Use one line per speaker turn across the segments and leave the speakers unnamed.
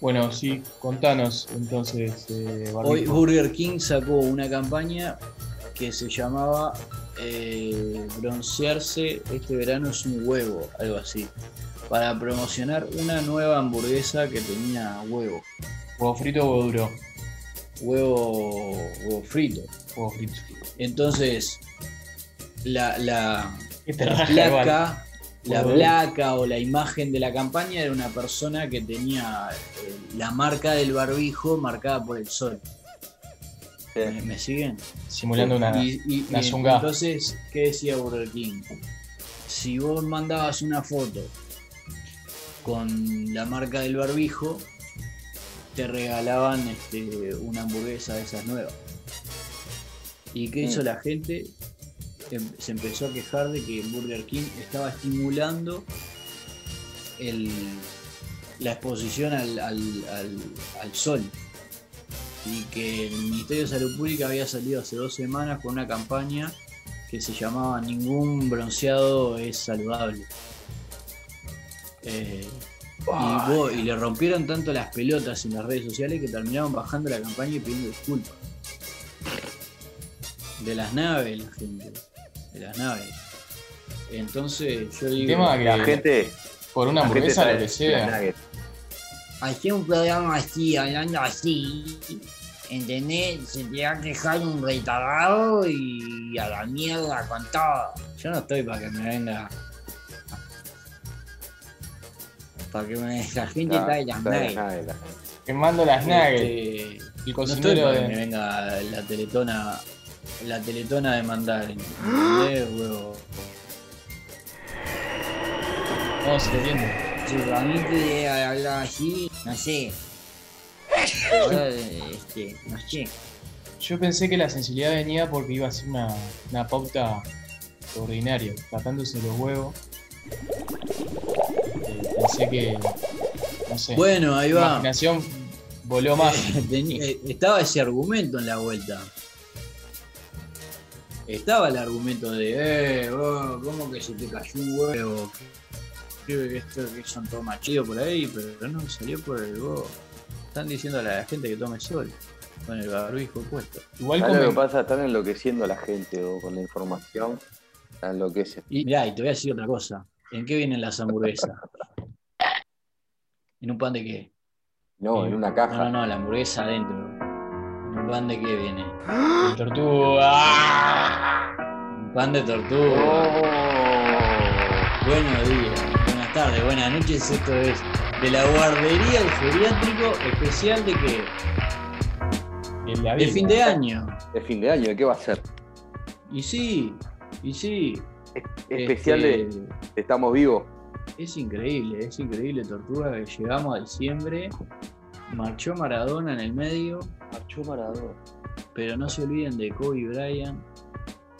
Bueno, sí, contanos entonces. eh,
Hoy
Barbijo.
Burger King sacó una campaña que se llamaba eh, Broncearse este verano es un huevo, algo así, para promocionar una nueva hamburguesa que tenía huevo,
¿Huevo frito o huevo duro?
huevo, huevo frito.
Huevo frito.
Entonces, la, la,
Que te
la
raja igual.
placa, la
Huevo.
placa o la imagen de la campaña era una persona que tenía eh, la marca del barbijo marcada por el sol. ¿Me, me siguen?
Simulando una.
Y- y-
una
y
zunga.
Entonces, ¿qué decía Burger King? Si vos mandabas una foto con la marca del barbijo, te regalaban este, una hamburguesa de esas nuevas. ¿Y qué hizo
Mm.
la gente? Em- Se empezó a quejar de que Burger King estaba estimulando el- la exposición al, al- al- al sol. Y que el Ministerio de Salud Pública había salido hace dos semanas con una campaña que se llamaba Ningún bronceado es saludable. Eh, y,
Ay,
vos- y le rompieron tanto las pelotas en las redes sociales que terminaron bajando la campaña y pidiendo disculpas. De las naves, la gente. De las naves. Entonces, yo digo.
tema que-
eh,
Eh,
La gente.
Por una
la gente
hamburguesa,
trae
lo que
las
sea.
nuggets.
Hacía un programa así, hablando así, ¿entendés? Se te va a quejar un retardado y a la mierda con todo. Yo no estoy para que me venga. Para que me... la gente
Tra-
está de las
trae
nueve.
nuggets, la gente.
Quemando las nuggets.
Este,
El
no estoy
cocinero
para que me
de.
venga la teletona, la teletona a demandar.
¡Ah!
¿entendés, huevo?
No, se entiende.
Si a mí te hablaba así, no sé. Ahora, este, no sé.
Yo pensé que la sensibilidad venía porque iba a ser una, una pauta ordinaria, tratándose los huevos. Eh, pensé que. No sé.
Bueno, ahí
la
va.
imaginación voló más.
Tenía- eh, estaba ese argumento en la vuelta. Estaba el argumento de, eh, vos, ¿cómo que se te cayó un huevo? Creo que esto que son todos machillos por ahí, pero no, salió por el huevo. Están diciendo a la gente que tome sol con el barbijo puesto.
Igual
¿Sabes lo
comen-
que pasa? Están enloqueciendo a la gente vos, con la información. La enloquecen.
Y mirá, y te voy a decir otra cosa. ¿En qué vienen las hamburguesas? ¿En un pan de qué?
No, en una
No, no,
caja.
no, la hamburguesa adentro. ¿En un pan de qué viene?
el tortuga.
Un pan de tortuga.
Oh.
Buenos días, buenas tardes, buenas noches. Esto es de la guardería al geriátrico especial de qué?
El de
De
Aviv.
fin de año.
De fin de año, ¿qué va a ser?
Y sí, y sí.
Especial de
este,
Estamos vivos.
Es increíble, es increíble, Tortuga, que llegamos a diciembre. Marchó Maradona en el medio,
Marchó Maradona.
pero no se olviden de Kobe Bryant.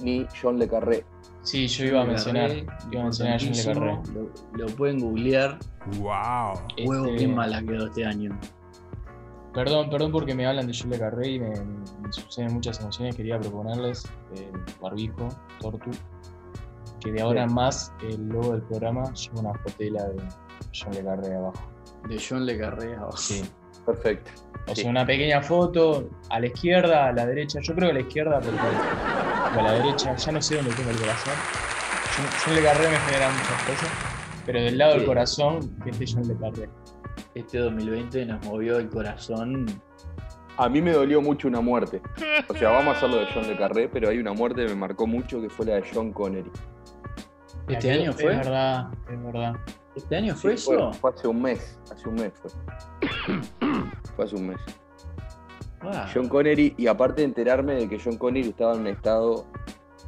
Ni John Le Carré.
Sí, yo iba a mencionar.
Carré,
iba a mencionar a John Le Carré.
importantísimo. Lo, lo pueden googlear.
Wow.
Este,
Huevo, qué mala quedó este año.
Perdón, perdón porque me hablan de Jules Le Carré y me, me suceden muchas emociones. Quería proponerles eh, Barbijo, Tortu, que de ahora en más el logo del programa lleva una fotela de Jules Le Carré abajo.
De John Le Carré. oh.
Sí.
Perfecto.
O
Sí.
sea, una pequeña foto a la izquierda, a la derecha. Yo creo que a la izquierda, porque o a la derecha ya no sé dónde tengo el corazón. John, John Le Carré me genera muchas cosas, pero del lado del
Sí.
corazón, que esté John Le Carré.
Este 2020 nos movió el corazón.
A mí me dolió mucho una muerte. O sea, vamos a hacerlo de John Le Carré, pero hay una muerte que me marcó mucho que fue la de John Connery.
¿Este año
Es
fue?
verdad, es verdad.
¿Este año fue
Sí, fue,
eso?
fue hace un mes. Hace un mes fue. fue hace un mes.
Ah,
John Connery, y aparte de enterarme de que John Connery estaba en un estado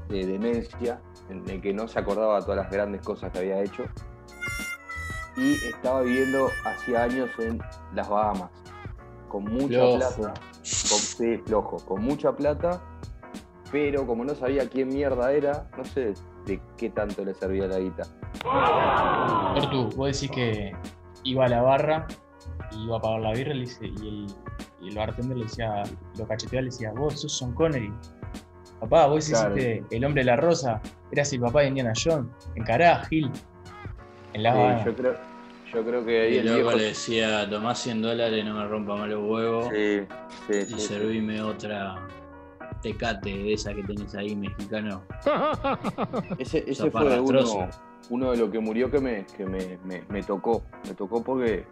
de demencia, en el que no se acordaba todas las grandes cosas que había hecho, y estaba viviendo hacía años en las Bahamas, con mucha
Flojo.
plata, con, sí, flojo, con mucha plata, pero como no sabía quién mierda era, no sé de qué tanto le servía la guita.
Tortu, vos decís que iba a la barra y iba a pagar la birra y, le dice- y el, y el bartender le decía, lo cacheteaba y le decía, vos sos John Connery. Papá, vos
Claro.
hiciste el hombre de la rosa, eras el papá de Indiana Jones, encará Gil. En la
Sí,
Habana.
yo creo, Yo creo que ahí
Y
el
luego
viejo.
le decía, tomá 100 dólares, no me rompa más los huevos.
Sí, sí, sí,
y
sí.
servime otra tecate de esa que tenés ahí, mexicano.
Ese, ese fue
Zaparrastroso.
uno, uno de los que murió que, me, que me, me- me tocó. Me tocó porque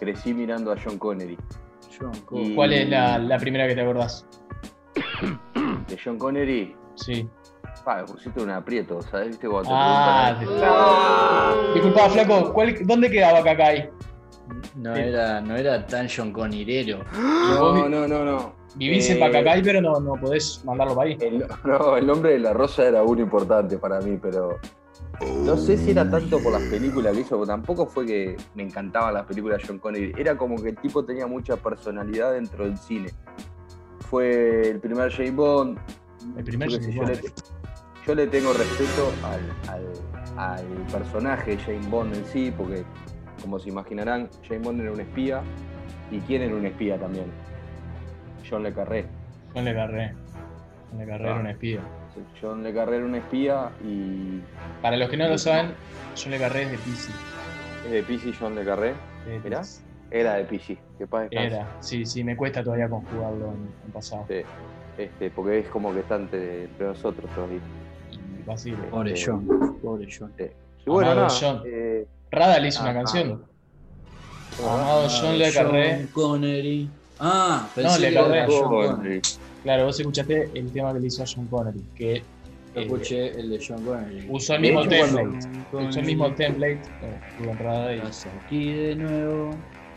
crecí mirando a John Connery.
John Cole.
¿Cuál es la, la primera que te acordás?
De John Connery,
Sí.
pa, me pusiste un aprieto, ¿sabes? ¿Viste? Cuando te
Ah,
preguntan,
Disculpa, flaco, ¿cuál- ¿dónde quedaba Kakai?
No, era, no era tan John Conirero.
No, no, no, no.
Vivís
Eh,
en Pacacay, pero no, no podés mandarlo para ahí.
El, no, el nombre de la rosa era uno importante para mí, pero. No sé si era tanto por las películas que hizo, porque tampoco fue que me encantaban las películas de John Connery. Era como que el tipo tenía mucha personalidad dentro del cine. Fue el primer James Bond.
El primer
yo qué sé,
James
yo, le, yo le tengo respeto al, al- al personaje de James Bond en sí, porque como se imaginarán, James Bond era un espía. ¿Y quién era un espía también? John Le Carré.
John Le Carré. John Le Carré era un espía.
John Le Carré era un espía y
Para los que no lo saben, John Le Carré es de Pisces.
¿Es de Pisces John Le Carré?
Es de
Mirá.
Piscis.
Era de Pisces, que paz descanse.
Era, sí, sí, me cuesta todavía conjugarlo en, en pasado.
Sí. Este, porque es como que está entre, entre nosotros todavía.
Y va así.
Pobre
Sí.
John, pobre John.
este. Y bueno,
Amado
nada,
John.
eh,
Rada le hizo
Ah,
una canción.
ah,
Amado John Le Carré.
John Connery. Ah, pensé
No, Le
que era
Carré.
John
Connery.
Connery.
Claro, vos escuchaste el tema que le hizo a John Connery, que
Yo
eh,
escuché el de John Connery.
usó el
De
mismo
hecho,
template. Usó el mismo template. eh, estuvo en Rada y-
Estás aquí de nuevo.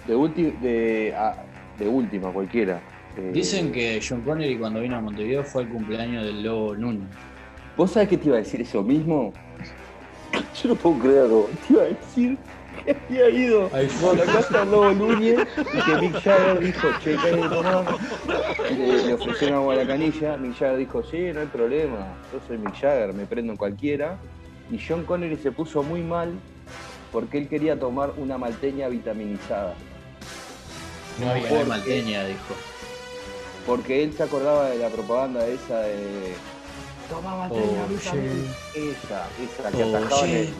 de, ulti- de, ah, de última, cualquiera. Eh,
Dicen que John Connery cuando vino a Montevideo fue el cumpleaños del Lobo Núñez.
¿Vos sabés que te iba a decir eso mismo? Yo no puedo creerlo. Te iba a decir que había ido
Hay
a la casa del Lobo Núñez y que Mick Jagger dijo, che, ¿qué hay de tomar? Le, le ofrecieron agua a la canilla. Mick Jagger dijo, sí, no hay problema. Yo soy Mick Jagger, me prendo en cualquiera. Y John Connery se puso muy mal porque él quería tomar una malteña vitaminizada.
No había.
Fue Malteña, dijo.
Porque él se acordaba de la propaganda esa de... Toma malteña
Oye.
vitaminizada. Esa, esa
Oh,
que atajaban
Oye,
el-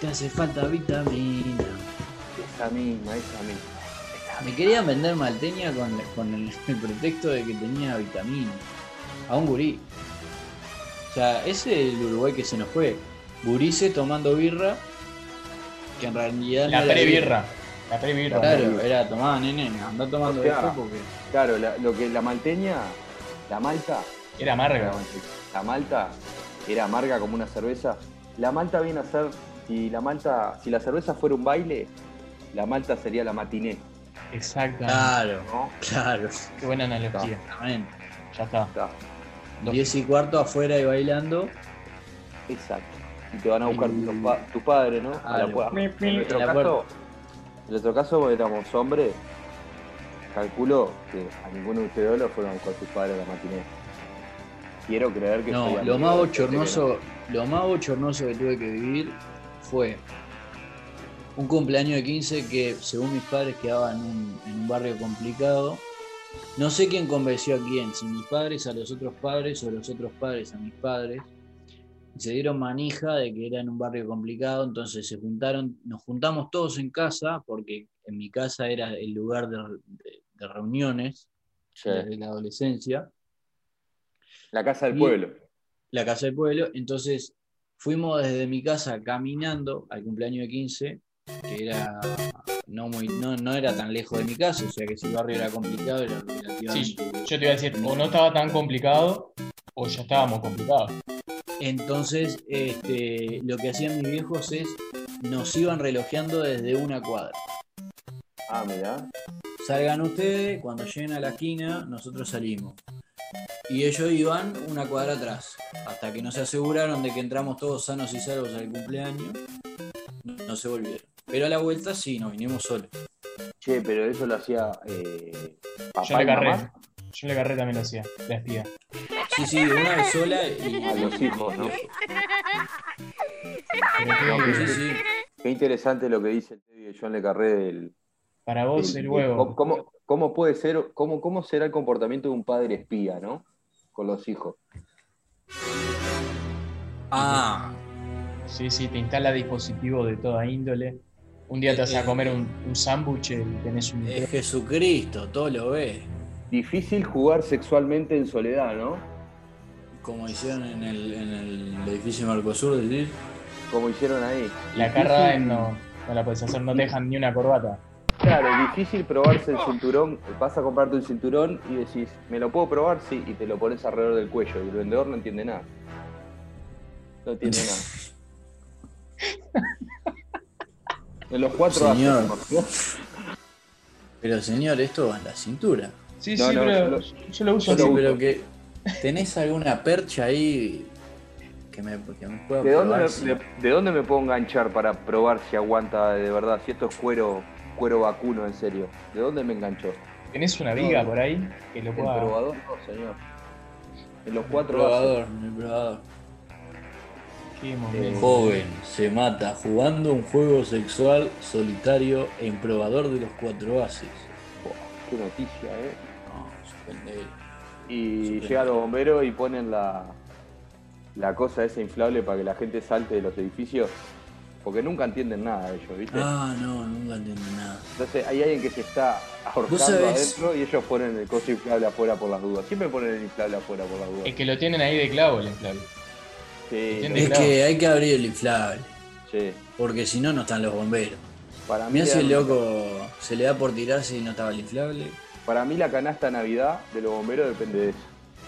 te hace falta vitamina.
Esa misma, esa misma. Esa
Me querían vender malteña con, con el, el pretexto de que tenía vitamina. A un gurí. O sea, ese es el Uruguay que se nos fue. Gurises tomando birra, que en realidad no
La
era
pre-birra. La pre-birra.
Claro, era tomada, nene, anda tomando
O sea,
esto porque.
Claro, la, lo que la malteña, la malta,
Era amarga.
la, malta era amarga como una cerveza. La malta viene a ser, si la malta, si la cerveza fuera un baile, la malta sería la matiné,
Exacto.
Ah.
Claro,
¿no?
claro,
Qué buena analogía.
exactamente.
Ya está.
Está,
10 y cuarto afuera y bailando.
exacto. Y te van a buscar
Y-
tus, pa- tus padres, ¿no? A la
Mm. Claro.
puerta. En nuestro
En la
caso, en nuestro caso éramos hombres, calculo que a ninguno de ustedes lo fueron a buscar sus padres a la matiné. Quiero creer que soy
No,
amigo
lo más
de gente que no.
bochornoso, lo más bochornoso que tuve que vivir fue un cumpleaños de 15 que según mis padres quedaba en un, en un barrio complicado. No sé quién convenció a quién, si mis padres a los otros padres o los otros padres a mis padres. Y Se dieron manija de que era en un barrio complicado, entonces se juntaron, nos juntamos todos en casa, porque en mi casa era el lugar de, de- de reuniones
Sí.
desde la adolescencia
La casa del
Y-
pueblo.
la casa del pueblo. Entonces fuimos desde mi casa caminando al cumpleaños de 15, que era no, muy, no, no era tan lejos de mi casa, o sea que si el barrio era complicado, era relativamente.
Sí, yo te iba a decir, o no estaba tan complicado, o ya estábamos complicados.
Entonces este, lo que hacían mis viejos es nos iban relojeando desde una cuadra.
Ah, mirá.
Salgan ustedes, cuando lleguen a la esquina, nosotros salimos. Y ellos iban una cuadra atrás, hasta que nos aseguraron de que entramos todos sanos y salvos al cumpleaños, no, no se volvieron. Pero a la vuelta sí, nos vinimos solos.
Che, pero eso lo hacía eh,
Yo
papá
le
y
carré.
mamá
Yo le carré también lo hacía, la espía.
Sí, sí, una vez sola y...
a los hijos, ¿no?
Pero qué-
No,
Sí, sí.
Qué interesante lo que dice el Teddy de John Le Carré del...
para vos el
del- del-
huevo.
¿cómo, cómo puede ser, cómo, cómo será el comportamiento de un padre espía, ¿no? Con los hijos.
Ah,
Sí, sí, te instala dispositivos de toda índole. Un día te vas a comer un, un sándwich y tenés un...
Es Jesucristo, todo lo ve.
Difícil jugar sexualmente en soledad, ¿no?
Como hicieron en el, en el edificio Mercosur, decir.
Como hicieron ahí.
La carrada en no, no la puedes hacer, no te dejan ni una corbata.
Claro, difícil probarse el cinturón. Vas a comprarte un cinturón y decís, ¿me lo puedo probar? Sí, y te lo pones alrededor del cuello. Y el vendedor no entiende nada. No entiende nada. En los cuatro
Señor.
haces, ¿no?
Pero señor, esto va en la cintura.
Sí,
No,
sí,
no,
pero
yo lo-
yo lo uso
yo
Sí,
así.
lo-
pero que. ¿Tenés alguna percha ahí que me, que me pueda
¿De dónde,
probar
me,
si-
de, de dónde me puedo enganchar para probar si aguanta de verdad, si esto es cuero, cuero vacuno en serio? ¿De dónde me enganchó?
¿Tenés una viga por ahí? Que lo
¿El
pueda...
probador? No, señor. En los
Mi
cuatro
probador, mi probador.
Qué
El
momento.
joven se mata jugando un juego sexual solitario en probador de los cuatro bases.
haces. Qué noticia, eh.
No, suspende.
Y
Suplente.
llegan los bomberos y ponen la, la cosa esa inflable para que la gente salte de los edificios. Porque nunca entienden nada ellos, ¿viste?
Ah, no, nunca entendí nada.
Entonces hay alguien que se está
¿Vos
ahorcando
sabés?
adentro y ellos ponen el coso inflable afuera por las dudas. Siempre ponen el inflable afuera por las dudas.
Es que lo tienen ahí de clavo el inflable.
Sí,
¿entiendes?
Es que hay que abrir el inflable,
sí.
porque si no, no están los bomberos.
Para mí,
Mirá si
la-
el loco se le da por tirarse y no estaba el inflable.
para mí la canasta Navidad de los bomberos depende de eso.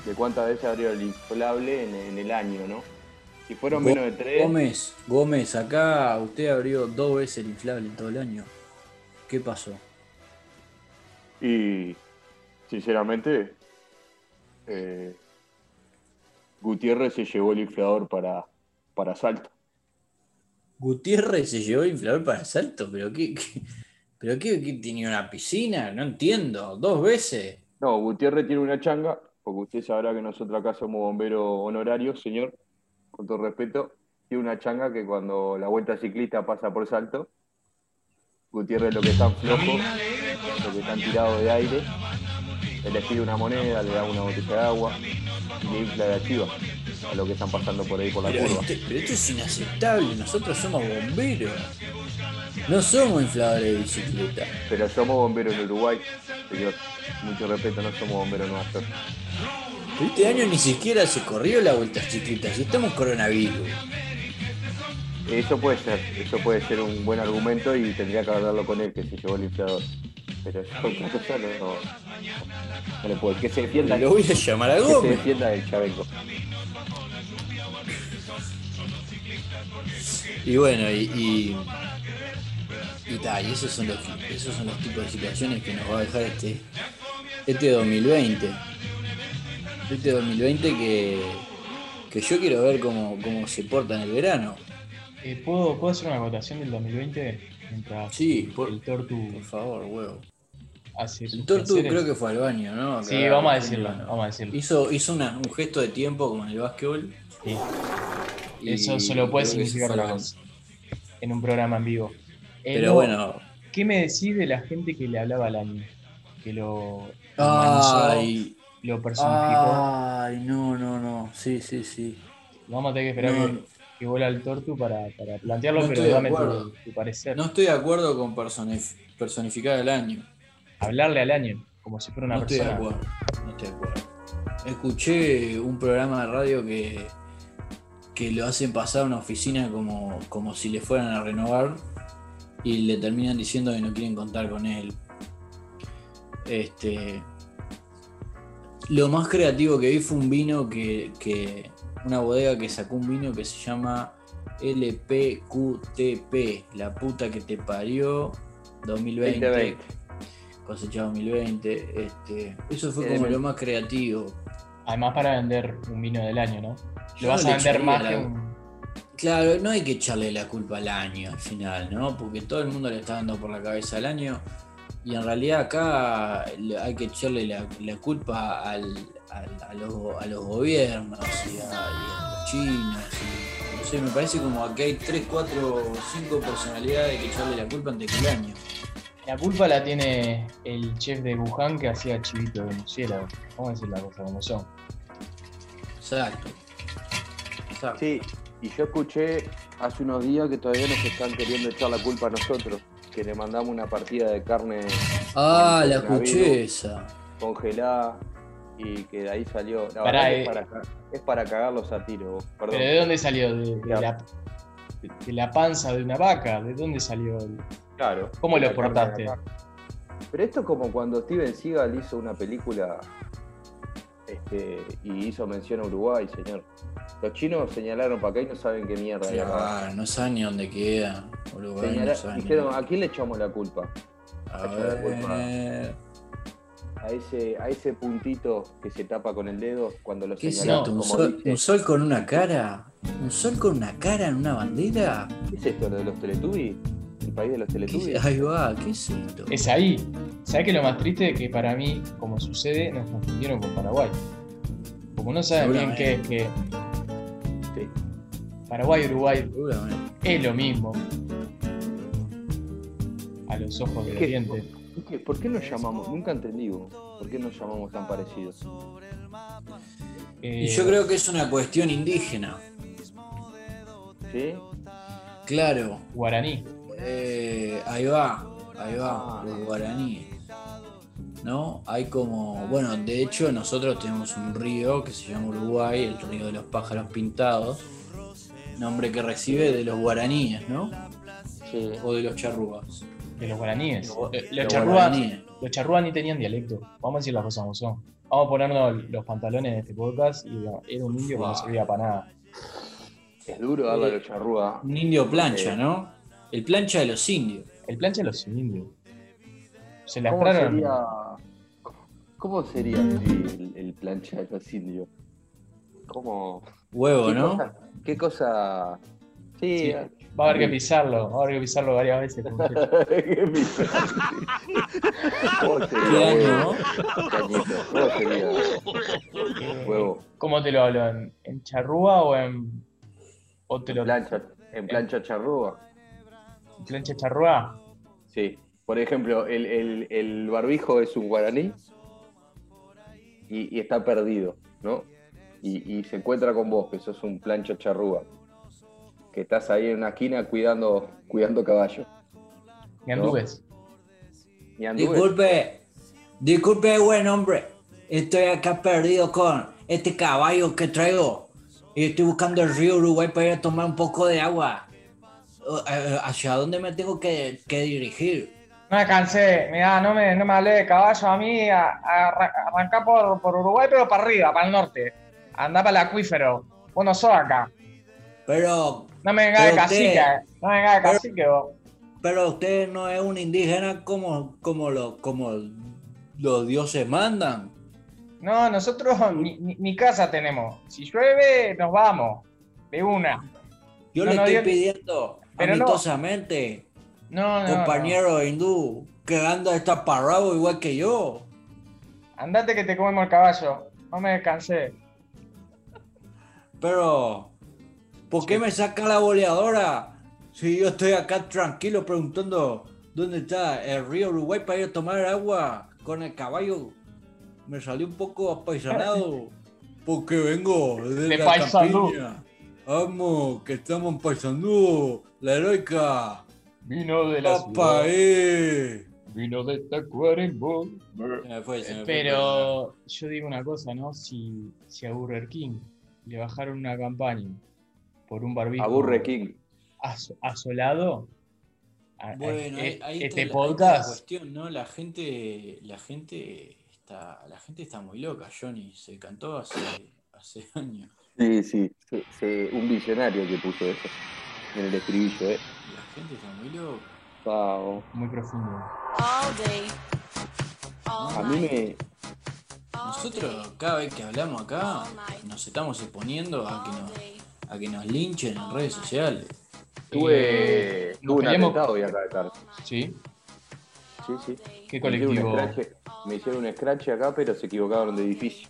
De cuántas veces abrieron el inflable en, en el año, ¿no? Si fueron menos de tres,
Gómez, Gómez, acá usted abrió dos veces el inflable en todo el año. ¿Qué pasó?
Y sinceramente, eh, Gutiérrez se llevó el inflador para, para Salta.
Gutiérrez se llevó el inflador para el salto, pero ¿qué? qué- ¿Pero qué, qué tenía una piscina? No entiendo, dos veces.
No, Gutiérrez tiene una changa, porque usted sabrá que nosotros acá somos bomberos honorarios, señor, con todo respeto. Tiene una changa que cuando la vuelta ciclista pasa por Salto, Gutiérrez lo que están flojos, lo que están tirados de aire, él les pide una moneda, le da una botella de agua y le infla de activa a lo que están pasando por ahí por la
Pero,
curva.
este- pero esto es inaceptable, nosotros somos bomberos. No somos infladores de bicicleta.
Pero somos bomberos en Uruguay, señor. Mucho respeto, no somos bomberos en Nueva York.
Pero este año ni siquiera se corrió la vuelta chiquita, si estamos coronavirus.
Eso puede ser, eso puede ser un buen argumento y tendría que hablarlo con él que se llevó el inflador. Pero yo otra cosa no, no, no le puedo. Que se defienda
Lo voy a llamar a
que se
Gómez.
defienda el Chaveco.
Y bueno, y. Y, y ta, y esos son, los, esos son los tipos de situaciones que nos va a dejar este. Este 2020. Este 2020 que. Que yo quiero ver cómo, cómo se porta en el verano.
Eh, ¿puedo, ¿Puedo hacer una acotación del 2020? Mientras
Sí, por-
el Tortu
Por favor, huevo.
hace sus
El Tortu
placeres.
creo que fue al baño, ¿no?
Sí,
Acá,
vamos a
al
decirlo,
baño.
vamos a decirlo.
Hizo, hizo una- un gesto de tiempo como en el básquetbol.
Sí.
y
Eso solo puede
creo que se
significar
fue al
una
baño.
cosa. En un programa en vivo. Eh,
Pero
no,
bueno.
¿Qué me decís de la gente que le hablaba al año? Que lo humanizó,
Ay,
lo personificó.
Ah, ay, no, no, no. Sí, sí, sí.
Vamos a tener que esperar
No.
que, que vuela el Tortu para, para plantearlo,
No
pero
estoy de
dame tu,
acuerdo.
tu parecer.
No estoy de acuerdo con personif- personificar el año.
Hablarle al año como si fuera una
no estoy de
persona.
acuerdo. No estoy de acuerdo. Escuché un programa de radio que, que lo hacen pasar a una oficina como, como si le fueran a renovar y le terminan diciendo que no quieren contar con él. Este. Lo más creativo que vi fue un vino que. que- una bodega que sacó un vino que se llama LPQTP. La puta que te parió 2020
2020.
cosecha 2020. Este, eso fue
Eh,
como
me-
lo más creativo.
Además para vender un vino del año, ¿no?
Yo
Lo vas
le
a vender
echaría
más
la-
que un...
Claro, no hay que echarle la culpa al año al final, ¿no? Porque todo el mundo le está dando por la cabeza al año. Y en realidad acá le- hay que echarle la, la culpa al, al- a, los, a los gobiernos y a, y a los chinos. y- no sé, me parece como que hay 3, 4, 5 personalidades que echarle la culpa ante que el año.
La culpa la tiene el chef de Wuhan que hacía chivito de murciélago. Vamos a decir la cosa como son.
Exacto. Exacto.
Sí, y yo escuché hace unos días que todavía nos están queriendo echar la culpa a nosotros. que le mandamos una partida de carne
Ah, la
Coronavirus.
escuché esa.
congelada y que de ahí salió. La
Pará,
verdad
eh.
es, para, ca- es para cagarlos a tiro, vos, perdón.
¿Pero de dónde salió? ¿De, de
Claro.
la, de- de la panza de una vaca? ¿De dónde salió? el-
Claro.
¿Cómo lo
La carne
cortaste?
de la vaca. Pero esto es como cuando Steven Seagal hizo una película este, y hizo mención a Uruguay, señor. Los chinos señalaron para acá y no saben qué mierda hay acá.
Claro, ah, no saben ni dónde queda. Uruguay,
Señala-
no saben ni-
dijeron, ¿a quién le echamos la culpa?
A
echó la culpa.
ver.
A ese, a ese puntito que se tapa con el dedo cuando lo
¿Qué es
señalás,
señor?
esto? ¿Un
como
sol,
dice.
un sol con una cara? ¿Un sol con una cara en una bandera?
¿Qué es esto? ¿Lo de los Teletubbies? ¿El país de los
¿Qué-
Teletubbies?
ahí va, ¿qué es esto?
Es ahí. ¿Sabes que lo más triste es que para mí, como sucede, nos confundieron con Paraguay? Como no saben bien qué es que
Sí.
Paraguay y Uruguay
Seguramente.
es lo mismo. A los ojos del
¿Qué?
oriente.
¿Por qué- ¿Por qué nos llamamos? Nunca entendí vos, por qué nos llamamos tan parecidos.
Eh,
Y yo creo que es una cuestión indígena.
¿Sí?
Claro,
Guaraní.
eh, ahí va, ahí va, los guaraníes. ¿No? Hay como. Bueno, de hecho, nosotros tenemos un río que se llama Uruguay, el río de los pájaros pintados. Nombre que recibe de los guaraníes, ¿no?
Sí.
O de los charrúas.
De los guaraníes.
Los-
Eh, Los,
los
charrúas,
guaraníes.
los charrúas ni tenían dialecto. Vamos a decir las cosas como son. Vamos a ponernos los pantalones en este podcast y era un indio que no servía para nada.
Es duro darle a los charrúa.
Un indio plancha,
Sí.
¿no? El plancha de los indios.
El plancha de los indios. Se
¿Cómo
lastraron.
sería, cómo sería el, el plancha de los indios? ¿Cómo?
Huevo,
¿Qué
¿no?
cosa? ¿Qué cosa?
Sí.
Sí.
Va a haber que pisarlo, va a haber que pisarlo varias veces.
¿Qué pisa? ¿Cómo
¿Qué
sería?
año?
huevo? Cañito, ¿Cómo sería? Huevo.
¿Cómo te lo hablo? ¿En, en charrúa o en.? ¿O te lo.
Plancha, en plancha charrúa.
¿Plancha charrúa?
Sí. Por ejemplo, el, el- el barbijo es un guaraní y, y está perdido, ¿no? Y, y se encuentra con vos, que sos un plancho charrúa, que estás ahí en una esquina cuidando, cuidando caballo.
¿En andúes?
Y anduve.
Disculpe, disculpe, buen hombre. Estoy acá perdido con este caballo que traigo. Y estoy buscando el río Uruguay para ir a tomar un poco de agua. Eh, eh, ¿Hacia dónde me tengo que, que dirigir?
No me cansé, mirá, no me, no me hablé de caballo a mí, arrancá por, por Uruguay, pero para arriba, para el norte. Andá para el acuífero, vos no sos acá.
Pero,
No me vengas
Pero
de cacique, eh.
usted-
no me vengas de
pero-
cacique vos.
pero usted no es un indígena como, como, lo, como los dioses mandan.
No, nosotros ni, ni- ni casa tenemos. Si llueve, nos vamos, de una.
Yo
No,
le
no,
estoy
yo-
pidiendo
pero no.
amistosamente,
No, no, no.
compañero hindú, que anda estaparrado igual que yo.
Andate que te comemos el caballo. No me descansé.
Pero, ¿por qué me saca la boleadora si yo estoy acá tranquilo preguntando dónde está el río Uruguay para ir a tomar agua con el caballo? Me salió un poco apaisanado porque vengo de,
De
la
Paysandú.
campiña. Vamos, que estamos en Paysandú, la heroica.
Vino de
Papá, eh.
vino de Tacuarembó.
Se me fue, se me fue.
Eh, Pero yo digo una cosa, ¿no? Si, si a Burger King le bajaron una campaña por un barbijo
Aburre King.
as- asolado, a- a-
Bueno, ahí-
e-
ahí
este
está la- ahí está la
podcast,
cuestión, ¿no? La gente, la gente está, la gente está muy loca, Johnny. Se cantó hace, hace años.
Sí, sí, sí, sí, Un visionario que puso eso en el estribillo, ¿eh?
La gente está muy loca.
Wow.
muy profundo.
All day. All
A mí
night.
me.
All
Nosotros cada vez que hablamos acá nos estamos exponiendo a que
all
nos,
day.
a que nos linchen en redes sociales.
Tuve, tuve
nos
un
peleamos-
atentado hoy acá de tarde.
Eh, ¿Sí?
Sí, sí.
¿Qué
Me hicieron un
colectivo?
scratch- Me hicieron un scratch acá, pero se equivocaron de edificio.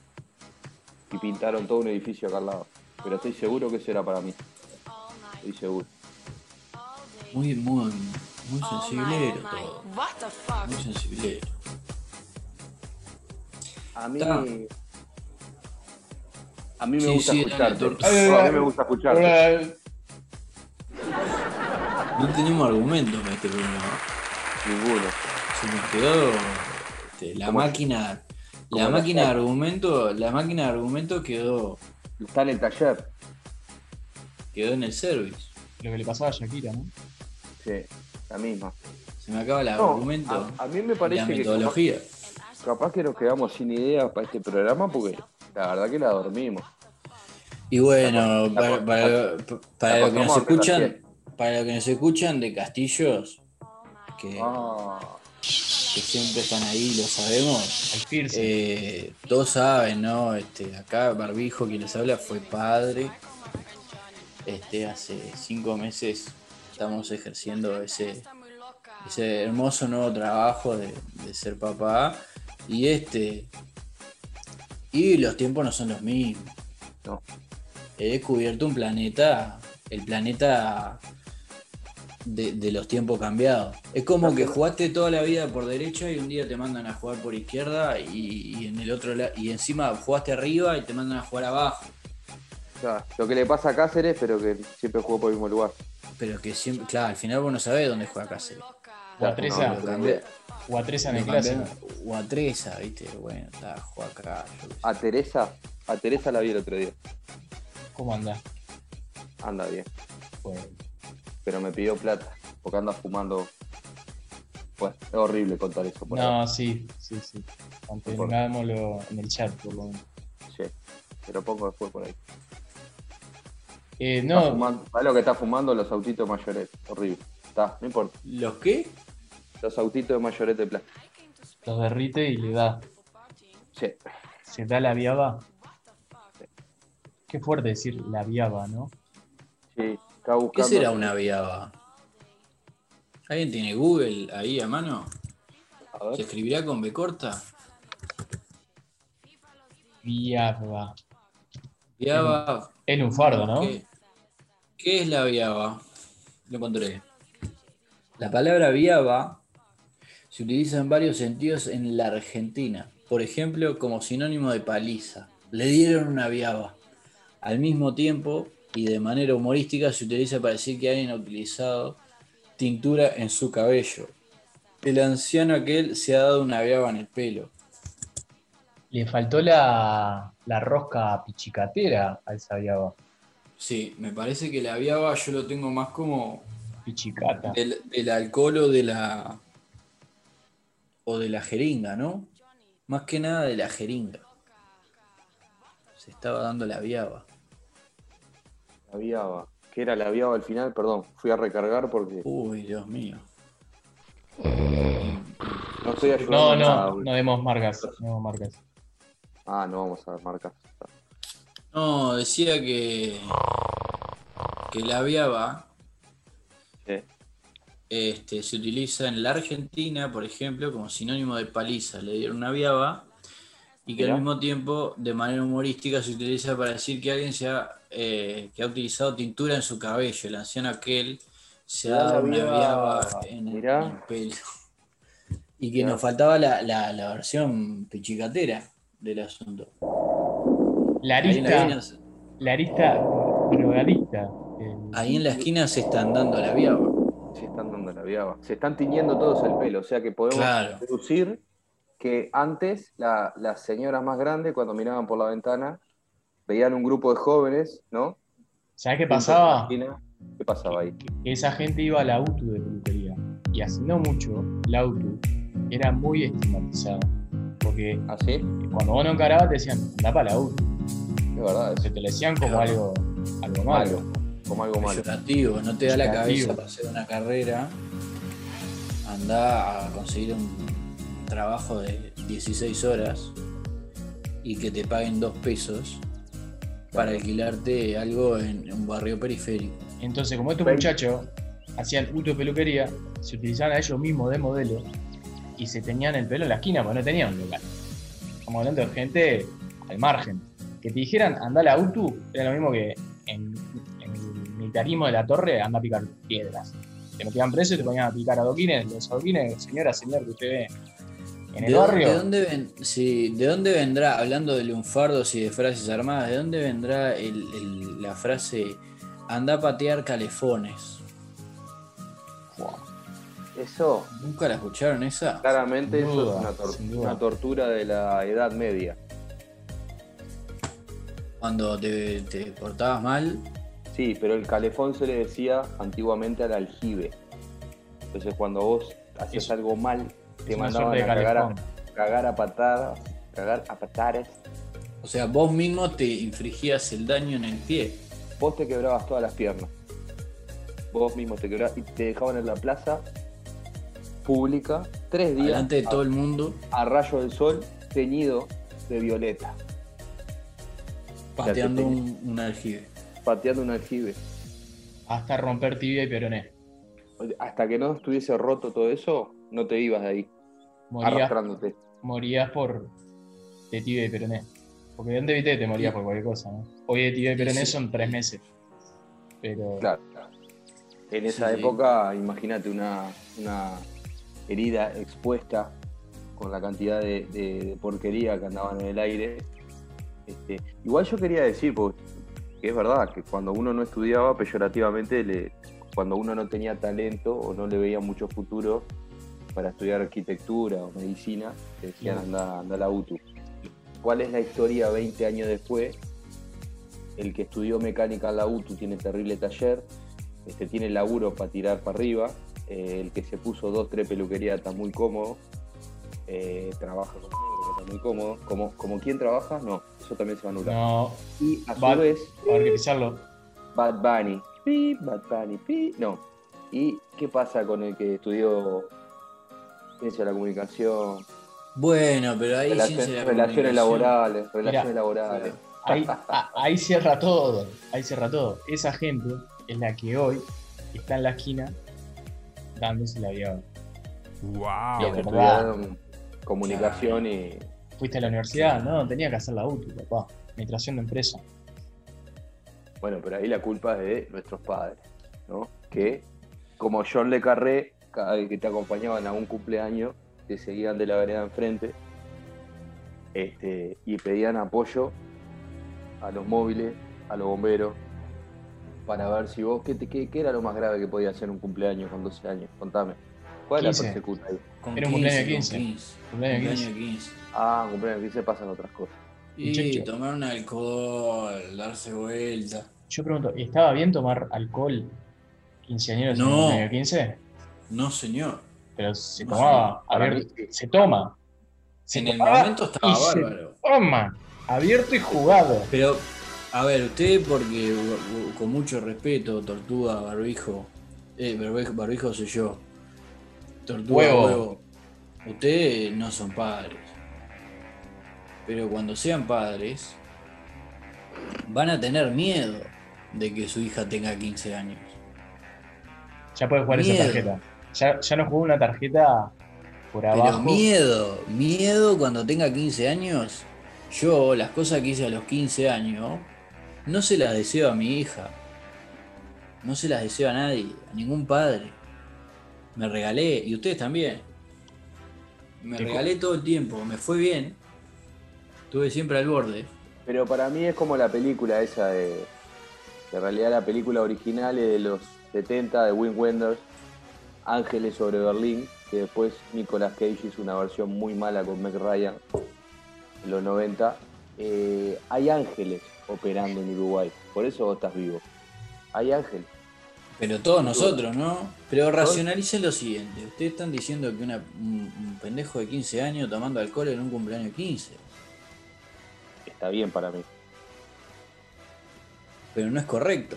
Y pintaron todo un edificio acá al lado. Pero estoy seguro que eso era para mí. Estoy seguro.
Muy, muy, muy
All
sensiblero
night, all
todo.
night. What the fuck?
Muy sensiblero.
A mí.
Ta.
A mí me
Sí,
gusta
sí,
escucharte.
dale, torta.
No, a mí me gusta escucharte.
No tenemos argumentos para este problema.
Ninguno.
Se nos quedó este, la
Como-
máquina.
como
La
la
máquina de
foto.
argumento. La máquina de argumento quedó.
Está en el taller.
Quedó en el service.
Lo que le pasaba a Shakira, ¿no?
Sí, la misma.
Se me acaba el
No,
argumento.
a, a mí me
y la
parece que capaz,
metodología.
capaz que nos quedamos sin ideas para este programa porque la verdad que la dormimos.
Y bueno,
La
para,
co-
para, para los que nos
acostamos
escuchan,
recién.
para los que nos escuchan de Castillos, que,
Ah,
que siempre están ahí, lo sabemos,
Al Pierce.
eh, todos saben, ¿no? Este, acá Barbijo, quien les habla, fue padre. Este, hace cinco meses estamos ejerciendo ese, ese hermoso nuevo trabajo de, de ser papá. Y este. Y los tiempos no son los mismos.
No.
He descubierto un planeta. El planeta de, de los tiempos cambiados. Es como que jugaste toda la vida por derecha y un día te mandan a jugar por izquierda y, y en el otro la- y encima jugaste arriba y te mandan a jugar abajo.
ya, lo que le pasa a Cáceres, pero que siempre jugó por el mismo lugar.
Pero que siempre, claro, al final vos no sabés dónde juega Cáceres.
O a tres
no,
a
Lo cambié-
o a tres a en el
lo cambié-
clásico.
o a Treza, viste, bueno, está, juega acá. yo qué sé.
A Teresa, a Teresa la vi el otro día.
¿Cómo andás?
Anda bien,
Pues,
pero me pidió plata porque anda fumando. Bueno, es horrible contar eso. Por ahora.
no, sí, sí, sí. Mantengámoslo en el chat, por lo menos.
Sí, te lo pongo después por ahí.
Eh,
Está
no,
fumando- ¿Sabes lo que está fumando? Los autitos mayores. Horrible. Está, no importa.
¿Los qué?
Los autitos de mayoret de plástico.
los derrite y le da.
Sí.
Se da la viaba. Qué fuerte decir la viaba, ¿no?
Sí, estaba
¿Qué
buscando.
será una viaba? ¿Alguien tiene Google ahí a mano?
A ver,
¿Se escribirá con B corta?
Viaba.
Viaba.
En un fardo, ¿no?
¿Qué, qué es la viaba? Lo encontré. La palabra viaba se utiliza en varios sentidos en la Argentina. Por ejemplo, como sinónimo de paliza. Le dieron una viaba. Al mismo tiempo, y de manera humorística, se utiliza para decir que alguien ha utilizado tintura en su cabello. El anciano aquel se ha dado una viaba en el pelo.
Le faltó la, la rosca pichicatera a esa viaba.
Sí, me parece que la viaba yo lo tengo más como
Pichicata.
del, del alcohol o de la o de la jeringa, ¿no? Más que nada de la jeringa. Se estaba dando la viaba.
la viaba. ¿Qué era la viaba al final? Perdón, fui a recargar porque
Uy, Dios mío.
no estoy ayudando.
No,
en nada,
no,
boludo.
no demos marcas. No demos marcas.
Ah, no vamos a ver marcas.
No, decía que que la viaba
Sí.
este, se utiliza en la Argentina, por ejemplo, como sinónimo de paliza. Le dieron una viaba y que
Mirá.
al mismo tiempo, de manera humorística, se utiliza para decir que alguien se ha, eh, que ha utilizado tintura en su cabello. El anciano aquel se ha
Mirá la
dado una
viaba.
viaba en el,
Mirá.
en el pelo. Y que
Mirá.
nos faltaba la, la- la versión pichicatera del asunto.
La
Ahí en, la
arista,
esquina, se-
la arista drogadicta. eh,
ahí en la esquina se están dando la viaba.
Se están dando la viaba. Se están tiñendo todos el pelo. O sea que podemos
Claro.
deducir que antes la- las señoras más grandes, cuando miraban por la ventana, veían un grupo de jóvenes, ¿no?
¿Sabés qué pasaba?
Juntos en la esquina. ¿Qué pasaba ahí?
que esa gente iba a la UTU de peluquería. Y hace no mucho, la UTU era muy estigmatizada. Porque
¿Así?
cuando vos no encarabas te decían, anda para la UTU.
Es verdad,
Se
es
te lo decían como
Claro.
algo, algo malo.
malo. Como algo malo.
Peyorativo, no te da la
Peyorativo.
cabeza para hacer una carrera. Anda a conseguir un trabajo de 16 horas y que te paguen dos pesos para alquilarte algo en un barrio periférico.
Entonces, como estos
Ven.
muchachos hacían UTU de peluquería, se utilizaban a ellos mismos de modelo y se tenían el pelo en la esquina porque no tenían un local. Estamos hablando de gente al margen. Que te dijeran, anda a la UTU, era lo mismo que en, en el militarismo de la torre, anda a picar piedras. Te metían preso y te ponían a picar adoquines, los adoquines, señora, señor, que usted ve en el
¿De, dónde-
barrio.
de dónde ven- sí, ¿De dónde vendrá, hablando de lunfardos y de frases armadas, de dónde vendrá el- el- la frase anda a patear calefones?
Buah,
Eso
¿Nunca la escucharon esa?
Claramente
Sin
eso
duda,
es una, tor-
sin duda.
una tortura de la Edad Media.
Cuando te, te portabas mal,
Sí, pero el calefón se le decía antiguamente al aljibe. Entonces cuando vos hacías
Eso.
algo mal, te
Es una
mandaban
suerte de
a cagar, a
calefón.
cagar a patadas, cagar a patadas.
o sea, vos mismo te infringías el daño en el pie.
Vos te quebrabas todas las piernas. Vos mismo te quebrabas y te dejaban en la plaza pública tres días
Delante de
a-
todo el mundo,
a rayo del sol teñido de violeta,
pateando
te-
un, un aljibe.
pateando un aljibe.
Hasta romper tibia y peroné.
Hasta que no estuviese roto todo eso, no te ibas de ahí,
Morías,
arrastrándote.
morías por de tibia y peroné. e, Porque de viste que te morías por cualquier cosa, ¿no? Hoy de tibia y peroné
Sí.
son tres meses. Pero
Claro. En esa
Sí, sí.
época, imagínate una, una herida expuesta con la cantidad de, de- de porquería que andaban en el aire. Este, igual yo quería decir, porque es verdad que cuando uno no estudiaba, peyorativamente, le- cuando uno no tenía talento o no le veía mucho futuro para estudiar arquitectura o medicina, le decían
Claro.
anda, anda a la UTU. ¿Cuál es la historia 20 años después? El que estudió mecánica en la UTU tiene terrible taller, este, tiene laburo para tirar para arriba, eh, el que se puso dos, tres peluquerías está muy cómodo, eh, trabaja con negro, está muy cómodo. Como, como quien trabaja, no, eso también se va a anular.
no,
Y a su
Bad-
vez,
para utilizarlo,
Bad Bunny, pi, Bad Bunny, pi, no. ¿Y qué pasa con el que estudió ciencia de la comunicación,
Bueno, pero ahí
relacion-
ciencia de la comunicación-
relaciones
ah,
laborales, relaciones laborales?
ahí, a- ahí cierra todo, ahí cierra todo. Esa gente es la que hoy está en la esquina dándose la vida.
Los
Bien.
Wow.
que
verdad.
estudiaron comunicación y
Fuiste a la universidad, no, tenía que hacer la UTU, papá. Administración de empresa.
Bueno, pero ahí la culpa es de nuestros padres, ¿no? Que, como John Le Carré, cada vez que te acompañaban a un cumpleaños, te seguían de la vereda enfrente este, y pedían apoyo a los móviles, a los bomberos, para ver si vos, ¿qué, te- qué, qué era lo más grave que podía hacer un cumpleaños con 12 años? Contame. ¿Cuál es
15.
la persecuta ahí?
Con
Era un cumpleaños de
15, con
15.
15.
Cumpleaños de 15.
Cumpleaños de 15.
Ah, cumpleaños, aquí se pasan otras cosas.
Y
Muchacho.
tomar un alcohol, darse vuelta.
Yo pregunto, ¿estaba bien tomar alcohol quinceañeros en
No.
un cumpleaños de 15?
No, señor.
Pero se
No
tomaba,
Para mí,
abierto, se toma. Se
En el
tomaba,
momento estaba
y se-
bárbaro.
Toma, abierto y jugado.
Pero, a ver, usted, porque u- u- con mucho respeto, Tortuga, Barbijo, eh, Barbijo, barbijo soy yo, Tortuga,
Huevo.
huevo. ustedes no son padres. Pero cuando sean padres, van a tener miedo de que su hija tenga 15 años.
Ya puedes jugar esa
Miedo.
tarjeta. Ya, ya no jugó una tarjeta por
Pero
abajo.
miedo, miedo cuando tenga 15 años. Yo las cosas que hice a los 15 años no se las deseo a mi hija. No se las deseo a nadie, a ningún padre. Me regalé, y ustedes también. Me
Te ju-
regalé todo el tiempo, me fue bien. Estuve siempre al borde.
Pero para mí es como la película esa de. En realidad la película original es de los 70 de Wim Wenders, Ángeles sobre Berlín, que después Nicolas Cage hizo una versión muy mala con Meg Ryan en los 90. Eh, hay ángeles operando en Uruguay, por eso vos estás vivo. Hay ángeles.
Pero todos nosotros, ¿no? Pero racionalicen lo siguiente. Ustedes están diciendo que una- un, un pendejo de 15 años tomando alcohol en un cumpleaños de 15.
Está bien para mí.
Pero no es correcto.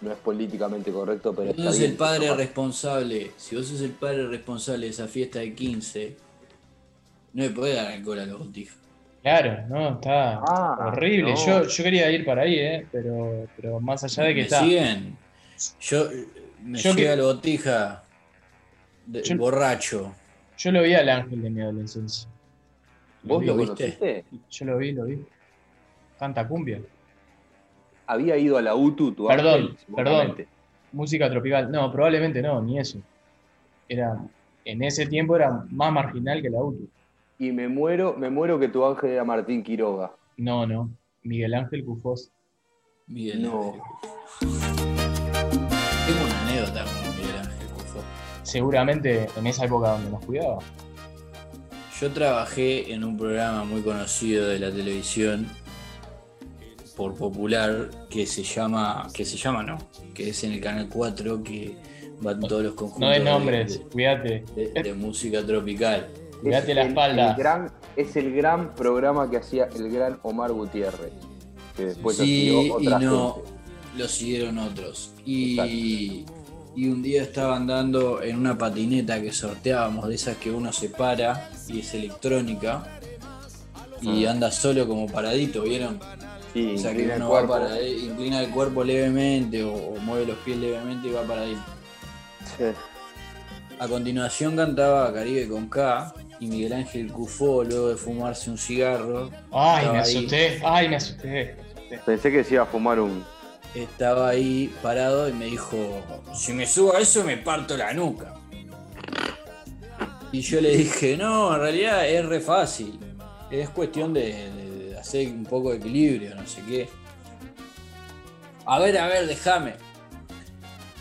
No es políticamente correcto, pero
Si
está
vos sos
bien.
el padre responsable, si vos sos el padre responsable de esa fiesta de 15, no le podés dar alcohol a los botijas.
Claro, no, está
Ah,
horrible.
no.
Yo, yo quería ir para ahí, eh, pero, pero más allá de que
¿Me
está.
siguen? Yo me
Yo
llega
que-
la botija de-
Yo-
borracho.
Yo lo vi al ángel de mi adolescencia.
¿Vos lo
¿Lo viste?
conociste?
Yo lo vi, lo vi. Canta cumbia.
Había ido a la UTU, tu
Perdón,
ángel,
perdón.
seguramente.
Música tropical. No, probablemente no, ni eso. Era, en ese tiempo era más marginal que la UTU.
Y me muero, me muero que tu ángel era Martín Quiroga.
No, no. Miguel Ángel Cufós.
Miguel
No.
Ángel. Tengo una anécdota con Miguel Ángel Cufo.
seguramente en esa época donde nos cuidaba.
Yo trabajé en un programa muy conocido de la televisión por popular que se llama, que se llama no, que es en el canal 4 que van todos los conjuntos
No des
de-
nombres, cuídate.
de, de- de música tropical.
Cuídate la
el-
espalda.
el gran, es el gran programa que hacía el gran Omar Gutiérrez. Que después lo
sí
siguió
y
otra
no,
gente.
lo siguieron otros. Y, y un día estaba andando en una patineta que sorteábamos, de esas que uno se para y es electrónica. Y anda solo como paradito, ¿vieron?
Sí,
O sea que
inclina el
uno va
cuerpo.
para ahí, inclina el cuerpo levemente o, o mueve los pies levemente y va para ahí.
Sí.
A continuación cantaba Caribe con K y Miguel Ángel Cufó, luego de fumarse un cigarro,
Ay,
Estaba
me
ahí.
asusté, ay, me asusté.
Pensé que se iba a fumar un.
estaba ahí parado y me dijo, si me subo a eso me parto la nuca. Y yo le dije, no, en realidad es re fácil. Es cuestión de, de- de hacer un poco de equilibrio, no sé qué. A ver, a ver, déjame.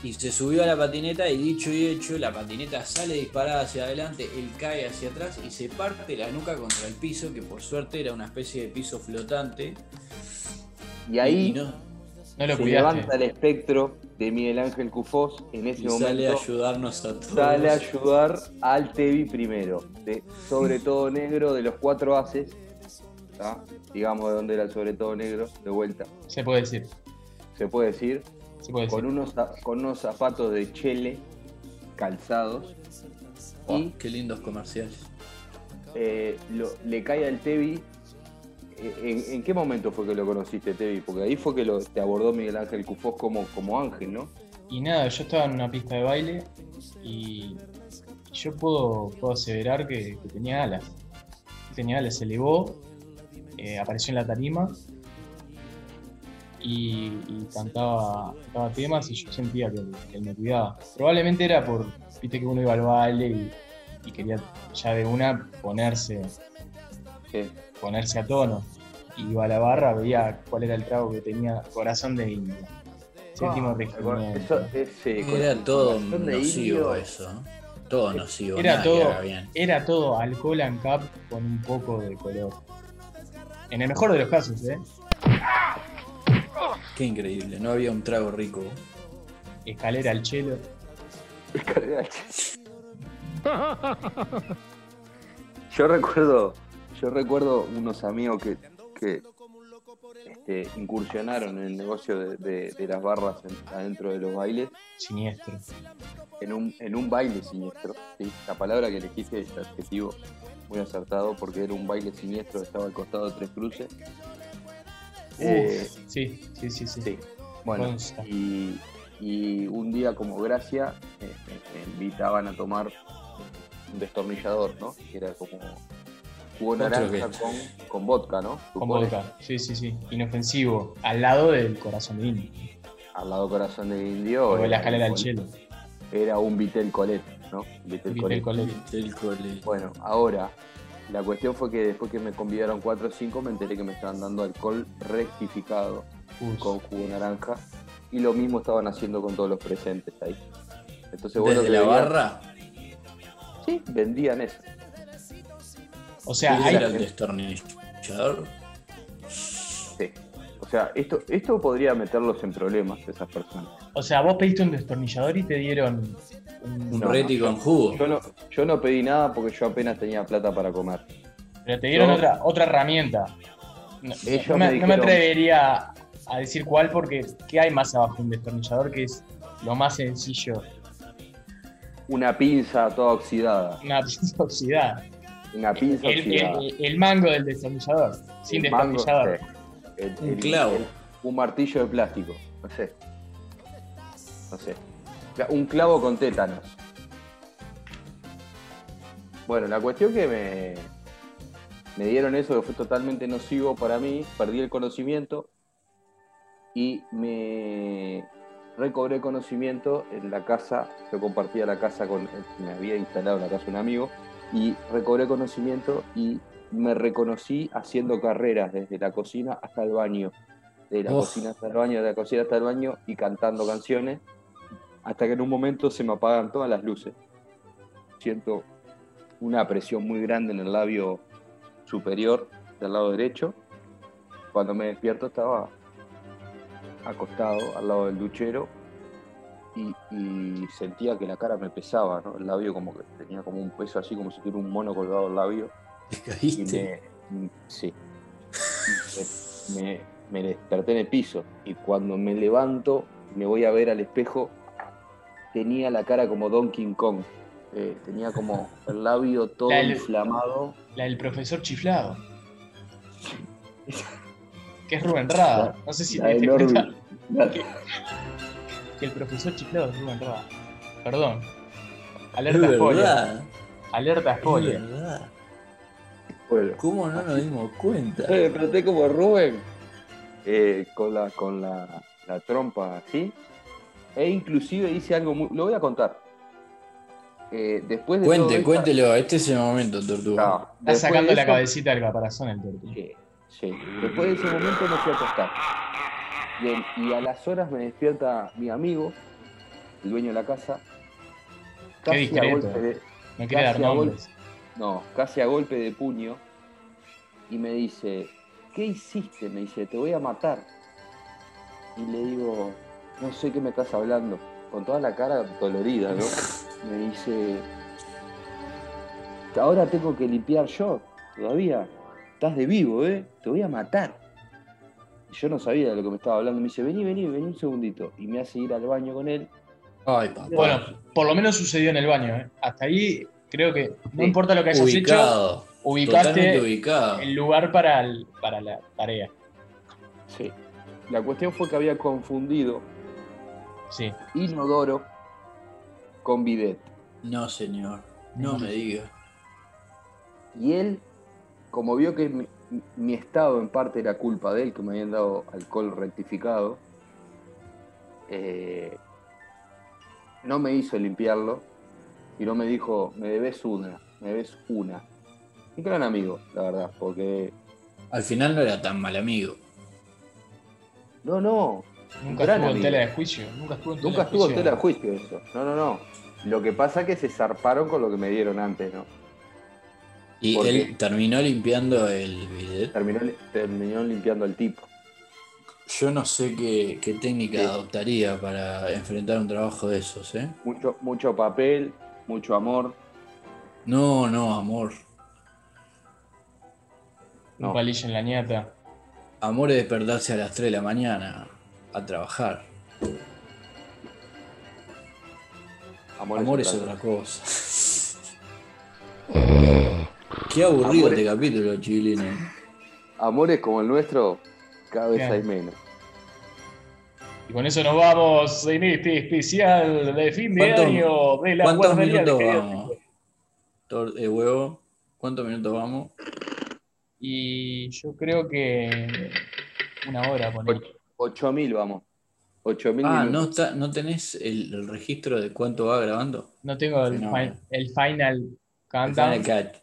Y se subió a la patineta y dicho y hecho, la patineta sale disparada hacia adelante, él cae hacia atrás y se parte la nuca contra el piso, que por suerte era una especie de piso flotante.
Y ahí
Y no-
No lo
se
cuidaste.
levanta el espectro de Miguel Ángel Cufós en ese
Y
momento.
sale a ayudarnos a todos.
sale a ayudar al Tevi primero, de sobre todo negro de los cuatro haces, ¿tá? digamos de dónde era el sobre todo negro, de vuelta,
Se puede decir,
se puede decir,
se puede
con
decir.
unos, za- con unos zapatos de chele calzados,
Oh, qué lindos comerciales.
eh, lo- le cae al Tevi. eh, ¿En, en qué momento fue que lo conociste, Tevi? Porque ahí fue que lo, te abordó Miguel Ángel Cufós como, como ángel, ¿no?
Y nada, yo estaba en una pista de baile y yo puedo, puedo aseverar que, que tenía alas. Tenía alas, se elevó, eh, apareció en la tarima y, y cantaba, cantaba temas y yo sentía que, que él me cuidaba. Probablemente era por, viste que uno iba al baile y, y quería ya de una ponerse
Sí.
ponerse a tono. Iba a la barra, veía cuál era el trago que tenía corazón de indio. Séptimo regimiento.
Eso, ese,
Era
con-
todo
corazón de Eh,
nocivo
indio.
eso. ¿no? Todo nocivo.
Era
nadie
todo-
haga bien.
Era todo alcohol and cap con un poco de color. En el mejor de los casos, ¿eh?
Qué increíble. No había un trago rico.
Escalera al chelo.
Yo recuerdo, yo recuerdo unos amigos que, que, este, incursionaron en el negocio de, de- de las barras en- adentro de los bailes,
Siniestro.
en un, en un baile siniestro. ¿sí? La palabra que elegiste es adjetivo muy acertado porque era un baile siniestro, estaba al costado de tres cruces. Eh,
Uf, sí, sí, sí, sí.
sí. Bueno,
Consta.
y, y un día como gracia eh, me, me invitaban a tomar un destornillador, ¿no? Que era como jugo
Otro
naranja
que-
con, con vodka, ¿no?
Con
Suponés,
vodka. Sí, sí, sí. Inofensivo. Al lado del corazón de indio.
Al lado corazón del indio.
O de la
era
escalera al
un-
chelo.
Era un Vitel Colet, ¿no? Vitel
Viste el
Colet.
colegio.
El eh, cole.
Bueno, ahora, la cuestión fue que después que me convidaron 4 o 5 me enteré que me estaban dando alcohol rectificado
Uf.
con jugo naranja y lo mismo estaban haciendo con todos los presentes ahí. Entonces, bueno,
Desde
que
la
venía-
barra,
Sí, vendían eso.
O sea,
era
hay,
el destornillador.
Sí. O sea, esto, esto podría meterlos en problemas, esas personas.
o sea, vos pediste un destornillador y te dieron un-
Un
No,
reti
yo-
con jugo.
Yo no, yo no pedí nada porque yo apenas tenía plata para comer.
Pero te dieron
Yo-
otra, otra herramienta. No,
Ellos
no me, no me
me dijeron-
atrevería a decir cuál porque ¿qué hay más abajo de un destornillador que es lo más sencillo?
Una pinza toda oxidada.
Una pinza oxidada.
Una pinza
El,
oxidada.
el- el mango del destornillador. Sin
El mango,
destornillador.
sí. El-
Un
el-
clavo.
el- un martillo de plástico. No sé. No sé. Cla- Un clavo con tétanos. Bueno, la cuestión que me, me dieron eso que fue totalmente nocivo para mí, perdí el conocimiento y me recobré conocimiento en la casa, yo compartía la casa con, me había instalado en la casa de un amigo y recobré conocimiento y me reconocí haciendo carreras desde la cocina hasta el baño, de la
Uf.
cocina hasta el baño, de la cocina hasta el baño y cantando canciones hasta que en un momento se me apagan todas las luces siento una presión muy grande en el labio superior del lado derecho. Cuando me despierto estaba acostado al lado del duchero y, y sentía que la cara me pesaba, ¿no? El labio como que tenía como un peso así, como si tuviera un mono colgado al labio.
Te
Y
caíste.
me, sí. Me, me- me desperté en el piso y cuando me levanto, me voy a ver al espejo, tenía la cara como Donkey Kong. Eh, tenía como el labio todo
Dale.
inflamado.
La del profesor chiflado. Que es Rubén Rada. No sé si
La
te diste
enorme.
cuenta que el profesor chiflado es Rubén Rada. Perdón.
Es
Alerta spoiler.
verdad.
Alerta
Es
spoiler.
verdad.
Bueno,
¿Cómo no nos dimos cuenta?
me desperté como Rubén. Eh, con la, con la, la trompa así. E inclusive hice algo muy... Lo voy a contar. Eh, después de todo
Cuente,
esto-
cuéntelo. Este es el momento, Tortuga.
No,
Está
después
sacando
de
la
eso-
cabecita del caparazón el tortuga.
Sí, sí. Después de ese momento me fui a acostar. Y, en- y a las horas me despierta mi amigo, el dueño de la casa. Casi a
discreto.
golpe de,
No quiere dar
Gracias,
nombres.
no, casi a golpe de puño. Y me dice, ¿qué hiciste? Me dice, te voy a matar. Y le digo, no sé qué me estás hablando. Con toda la cara dolorida, ¿no? Me dice, ahora tengo que limpiar yo. Todavía estás de vivo, ¿eh? Te voy a matar. Y yo no sabía de lo que me estaba hablando. Me dice, vení, vení, vení un segundito. Y me hace ir al baño con él.
Ay, papá.
Bueno, por lo menos sucedió en el baño. ¿eh? Hasta ahí creo que no
Sí.
importa lo que hayas
ubicado.
hecho,
Totalmente
ubicaste
ubicado.
el lugar para, el- para la tarea.
Sí. La cuestión fue que había confundido
Sí.
inodoro con bidet.
No, señor. No me diga.
Y él, como vio que mi, mi estado en parte era culpa de él, que me habían dado alcohol rectificado, eh, no me hizo limpiarlo, sino me dijo, me debes una, me debes una. Un gran amigo, la verdad, porque...
Al final no era tan mal amigo.
No, no,
Nunca estuvo
Gran
en
amigo.
tela de juicio. Nunca estuvo en tela
nunca
de
estuvo
juicio.
en tela de juicio eso. No, no, no. Lo que pasa es que se zarparon con lo que me dieron antes, ¿no?
Y
¿Por
él
qué?
terminó limpiando el bidet.
Terminó, terminó limpiando el tipo.
Yo no sé qué, qué técnica
Sí.
adoptaría para enfrentar un trabajo de esos, ¿eh?
Mucho, mucho papel, mucho amor.
No, no, amor.
Un
No.
palillo en la ñata.
Amor es despertarse a las 3 de la mañana a trabajar.
Amor,
amor es
otra
otra cosa. Qué aburrido
Amor
este capítulo, chileno.
Amores como el nuestro, cada vez
Claro.
hay menos.
Y con eso nos vamos en este especial de fin de
¿Cuántos-
año de la
¿Cuántos
guardería
minutos
de
vamos?
geriátrico.
Tor- eh, huevo, ¿cuántos minutos vamos?
Y yo creo que una hora ponele.
8.000 vamos. 8.000
Ah,
minutos.
¿no, está, ¿no tenés el, el registro de cuánto va grabando?
No tengo el,
Fenómeno.
fi- el final
El
countdown.
Final Cut.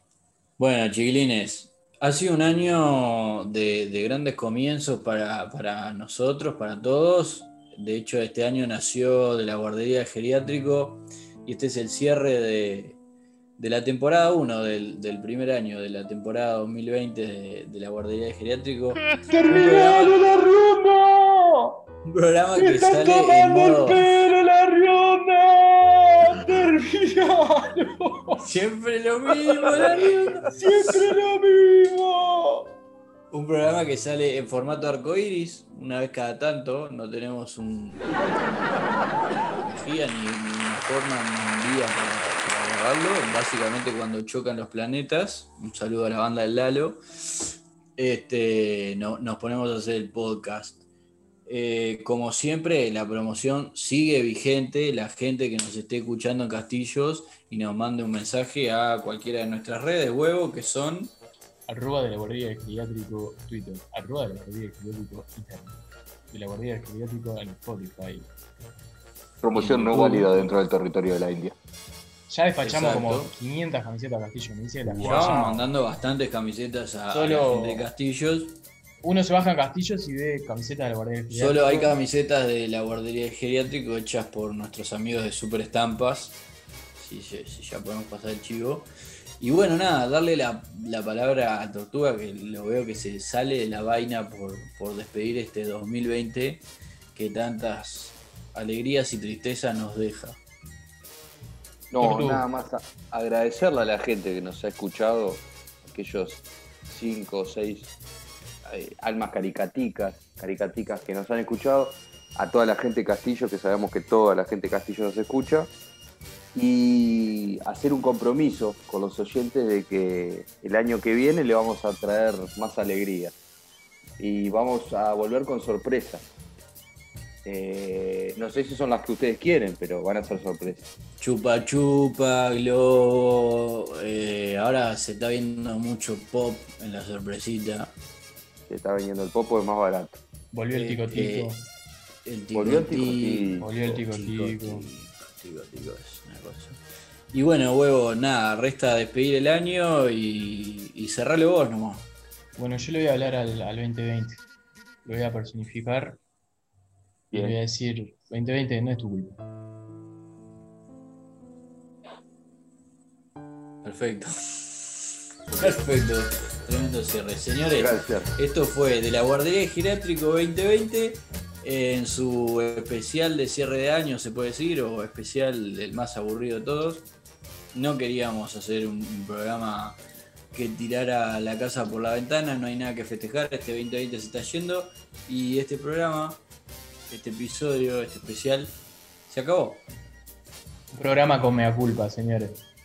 Bueno, chiquilines, ha sido un año de, de grandes comienzos para, para nosotros, para todos. De hecho, este año nació de la guardería geriátrico y este es el cierre de, de la temporada 1 del, del primer año de la temporada 2020 de, de la guardería geriátrico.
¡Terminado la ronda!
Un programa
¡Me
Ah, que
están
sale en
tomando el
modo.
pelo la ronda! ¡Terminado!
Siempre lo mismo, la mierda.
¡Siempre lo mismo!
Un programa que sale en formato arcoiris, una vez cada tanto, no tenemos un energía, ni, ni una forma ni un día para, para grabarlo, básicamente cuando chocan los planetas, un saludo a la banda del Lalo, este, no- nos ponemos a hacer el podcast. Eh, como siempre, la promoción sigue vigente, la gente que nos esté escuchando en Castillos y nos mande un mensaje a cualquiera de nuestras redes huevo, que son...
Arroba de la guardería del geriátrico Twitter. Arroba de la guardería del geriátrico Instagram. De la guardería del geriátrico en Spotify.
Promoción no
YouTube.
válida dentro del territorio de la India.
Ya despachamos
Exacto.
como 500 camisetas Castillo, me dice la
Ya vamos mandando bastantes camisetas a, a
Solo-
la gente de Castillos.
Uno se baja en Castillos y ve camisetas de la guardería del geriátrico.
Solo hay camisetas de la guardería del geriátrico hechas por nuestros amigos de Super Estampas. si, ya- si ya podemos pasar el chivo. Y bueno, nada, darle la, la palabra a Tortuga, que lo veo que se sale de la vaina por, por despedir este 2020 que tantas alegrías y tristezas nos deja.
No,
Tortu.
nada más a- agradecerle a la gente que nos ha escuchado, aquellos cinco o seis eh, almas caricaticas, caricaticas que nos han escuchado, a toda la gente de Castillo, que sabemos que toda la gente de Castillo nos escucha, y hacer un compromiso con los oyentes de que el año que viene le vamos a traer más alegría y vamos a volver con sorpresas. Eh, no sé si son las que ustedes quieren, pero van a ser sorpresas.
Chupa chupa, globo. eh, ahora se está viendo mucho pop en la sorpresita.
que está vendiendo el popo es más barato.
Volvió el
Eh,
ticotito.
eh, El
Volvió el
ticotico,
Volvió el ticotico.
ticotico, ticotico, es una cosa. Y bueno, huevo, nada, resta despedir el año y, y cerrarlo vos nomás.
Bueno, yo le voy a hablar al, al 2020. Lo voy a personificar. Y le voy a decir, 2020 no es tu culpa.
Perfecto. Perfecto. Tremendo cierre. Señores,
Gracias.
Esto fue de la Guardería Girátrico 2020 en su especial de cierre de año, se puede decir, o especial el más aburrido de todos. No queríamos hacer un, un programa que tirara la casa por la ventana, no hay nada que festejar, este 2020 se está yendo y este programa, este episodio, este especial, se acabó.
Un programa con mea culpa, señores.